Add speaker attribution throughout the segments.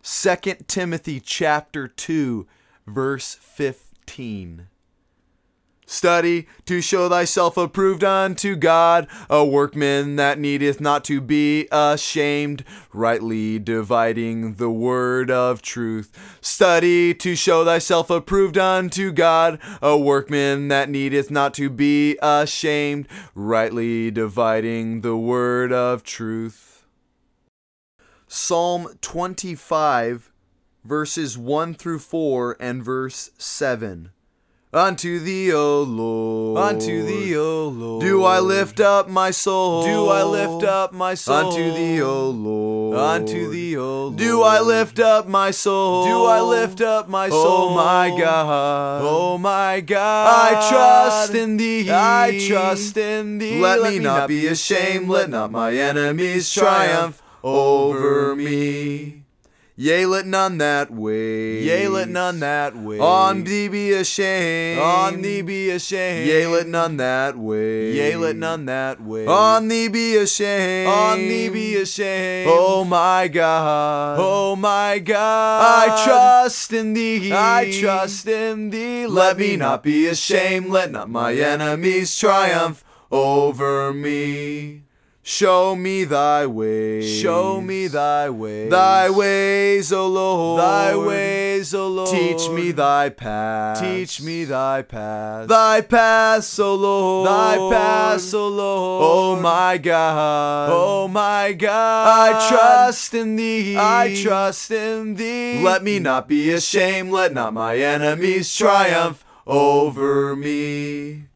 Speaker 1: Second Timothy chapter 2 verse 15. Study to show thyself approved unto God, a workman that needeth not to be ashamed, rightly dividing the word of truth. Study to show thyself approved unto God, a workman that needeth not to be ashamed, rightly dividing the word of truth. Psalm 25, verses 1 through 4 and verse 7. Unto thee, O Lord.
Speaker 2: Unto thee, O Lord.
Speaker 1: Do I lift up my soul?
Speaker 2: Do I lift up my soul?
Speaker 1: Unto thee, O Lord.
Speaker 2: Unto thee, O Lord.
Speaker 1: Do I lift up my soul?
Speaker 2: Do I lift up my soul?
Speaker 1: Oh my God.
Speaker 2: Oh my God.
Speaker 1: I trust in thee.
Speaker 2: I trust in thee.
Speaker 1: Let, me not be ashamed. Let not my enemies triumph Oh over me. Yea, let none that way.
Speaker 2: Yea, let none that way.
Speaker 1: On thee be ashamed.
Speaker 2: On thee be ashamed.
Speaker 1: Yea, let none that way.
Speaker 2: Yea, let none that way.
Speaker 1: On thee be ashamed.
Speaker 2: On thee be ashamed.
Speaker 1: Oh my God.
Speaker 2: Oh my God.
Speaker 1: I trust in thee.
Speaker 2: I trust in thee.
Speaker 1: Let me not be ashamed. Let not my enemies triumph over me. Show me thy ways.
Speaker 2: Show me thy ways.
Speaker 1: Thy ways, O Lord.
Speaker 2: Thy ways, O Lord.
Speaker 1: Teach me thy path.
Speaker 2: Teach me thy path.
Speaker 1: Thy path, O Lord.
Speaker 2: Thy path, O Lord.
Speaker 1: Oh my God.
Speaker 2: Oh my God.
Speaker 1: I trust in thee.
Speaker 2: I trust in thee.
Speaker 1: Let me not be ashamed. Let not my enemies triumph over me.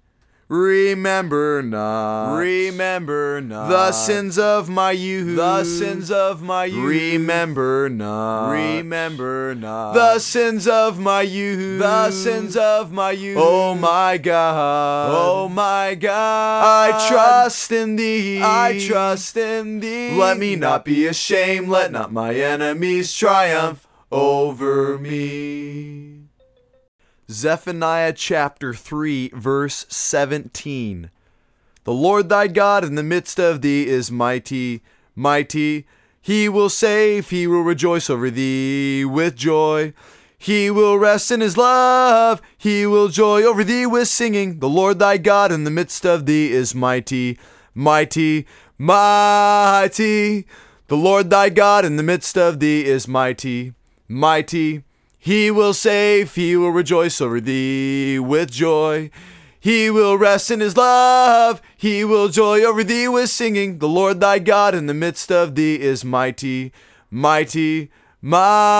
Speaker 1: Remember not.
Speaker 2: Remember not.
Speaker 1: The sins of my youth.
Speaker 2: The sins of my youth.
Speaker 1: Remember not.
Speaker 2: Remember not.
Speaker 1: The sins of my youth.
Speaker 2: The sins of my youth.
Speaker 1: Oh my God.
Speaker 2: Oh my God.
Speaker 1: I trust in thee.
Speaker 2: I trust in thee.
Speaker 1: Let me not be ashamed. Let not my enemies triumph over me. Zephaniah chapter 3, verse 17. The Lord thy God in the midst of thee is mighty, mighty. He will save, he will rejoice over thee with joy. He will rest in his love, he will joy over thee with singing. The Lord thy God in the midst of thee is mighty, mighty, mighty. The Lord thy God in the midst of thee is mighty, mighty. He will save, he will rejoice over thee with joy. He will rest in his love, he will joy over thee with singing. The Lord thy God in the midst of thee is mighty, mighty,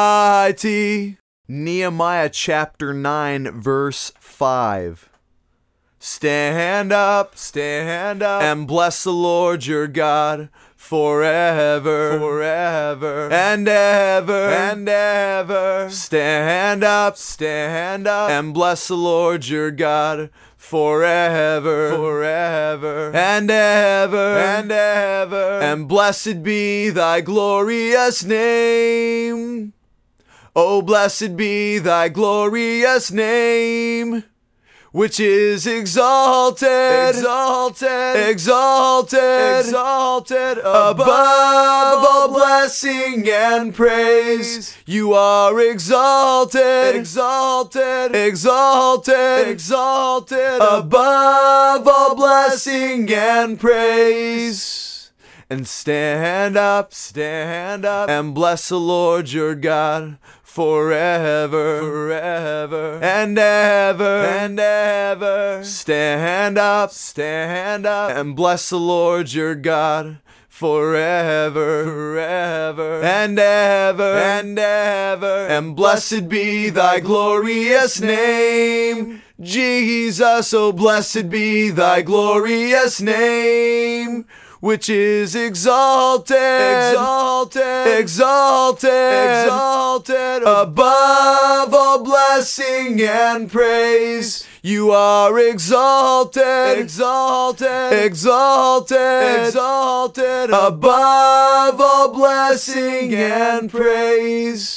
Speaker 1: mighty. Nehemiah chapter 9, verse 5. Stand up,
Speaker 2: Stand up.
Speaker 1: and bless the Lord your God forever,
Speaker 2: forever.
Speaker 1: and ever
Speaker 2: and ever.
Speaker 1: Stand up,
Speaker 2: Stand up.
Speaker 1: and bless the Lord your God forever,
Speaker 2: forever.
Speaker 1: and ever,
Speaker 2: and ever.
Speaker 1: and blessed be thy glorious name. Oh, blessed be thy glorious name, which is exalted,
Speaker 2: exalted.
Speaker 1: exalted,
Speaker 2: exalted.
Speaker 1: above all blessing and praise. You are exalted,
Speaker 2: Exalted.
Speaker 1: exalted,
Speaker 2: exalted.
Speaker 1: above all blessing and praise. And stand up,
Speaker 2: Stand up.
Speaker 1: and bless the Lord your God forever
Speaker 2: forever.
Speaker 1: and ever.
Speaker 2: and ever.
Speaker 1: stand up,
Speaker 2: Stand up.
Speaker 1: and bless the Lord your God forever
Speaker 2: forever.
Speaker 1: and ever.
Speaker 2: and ever.
Speaker 1: And blessed be thy glorious name. Jesus, oh blessed be thy glorious name, which is exalted,
Speaker 2: exalted.
Speaker 1: exalted,
Speaker 2: exalted.
Speaker 1: above all blessing and praise. You are exalted,
Speaker 2: exalted.
Speaker 1: exalted,
Speaker 2: exalted.
Speaker 1: above all blessing and praise.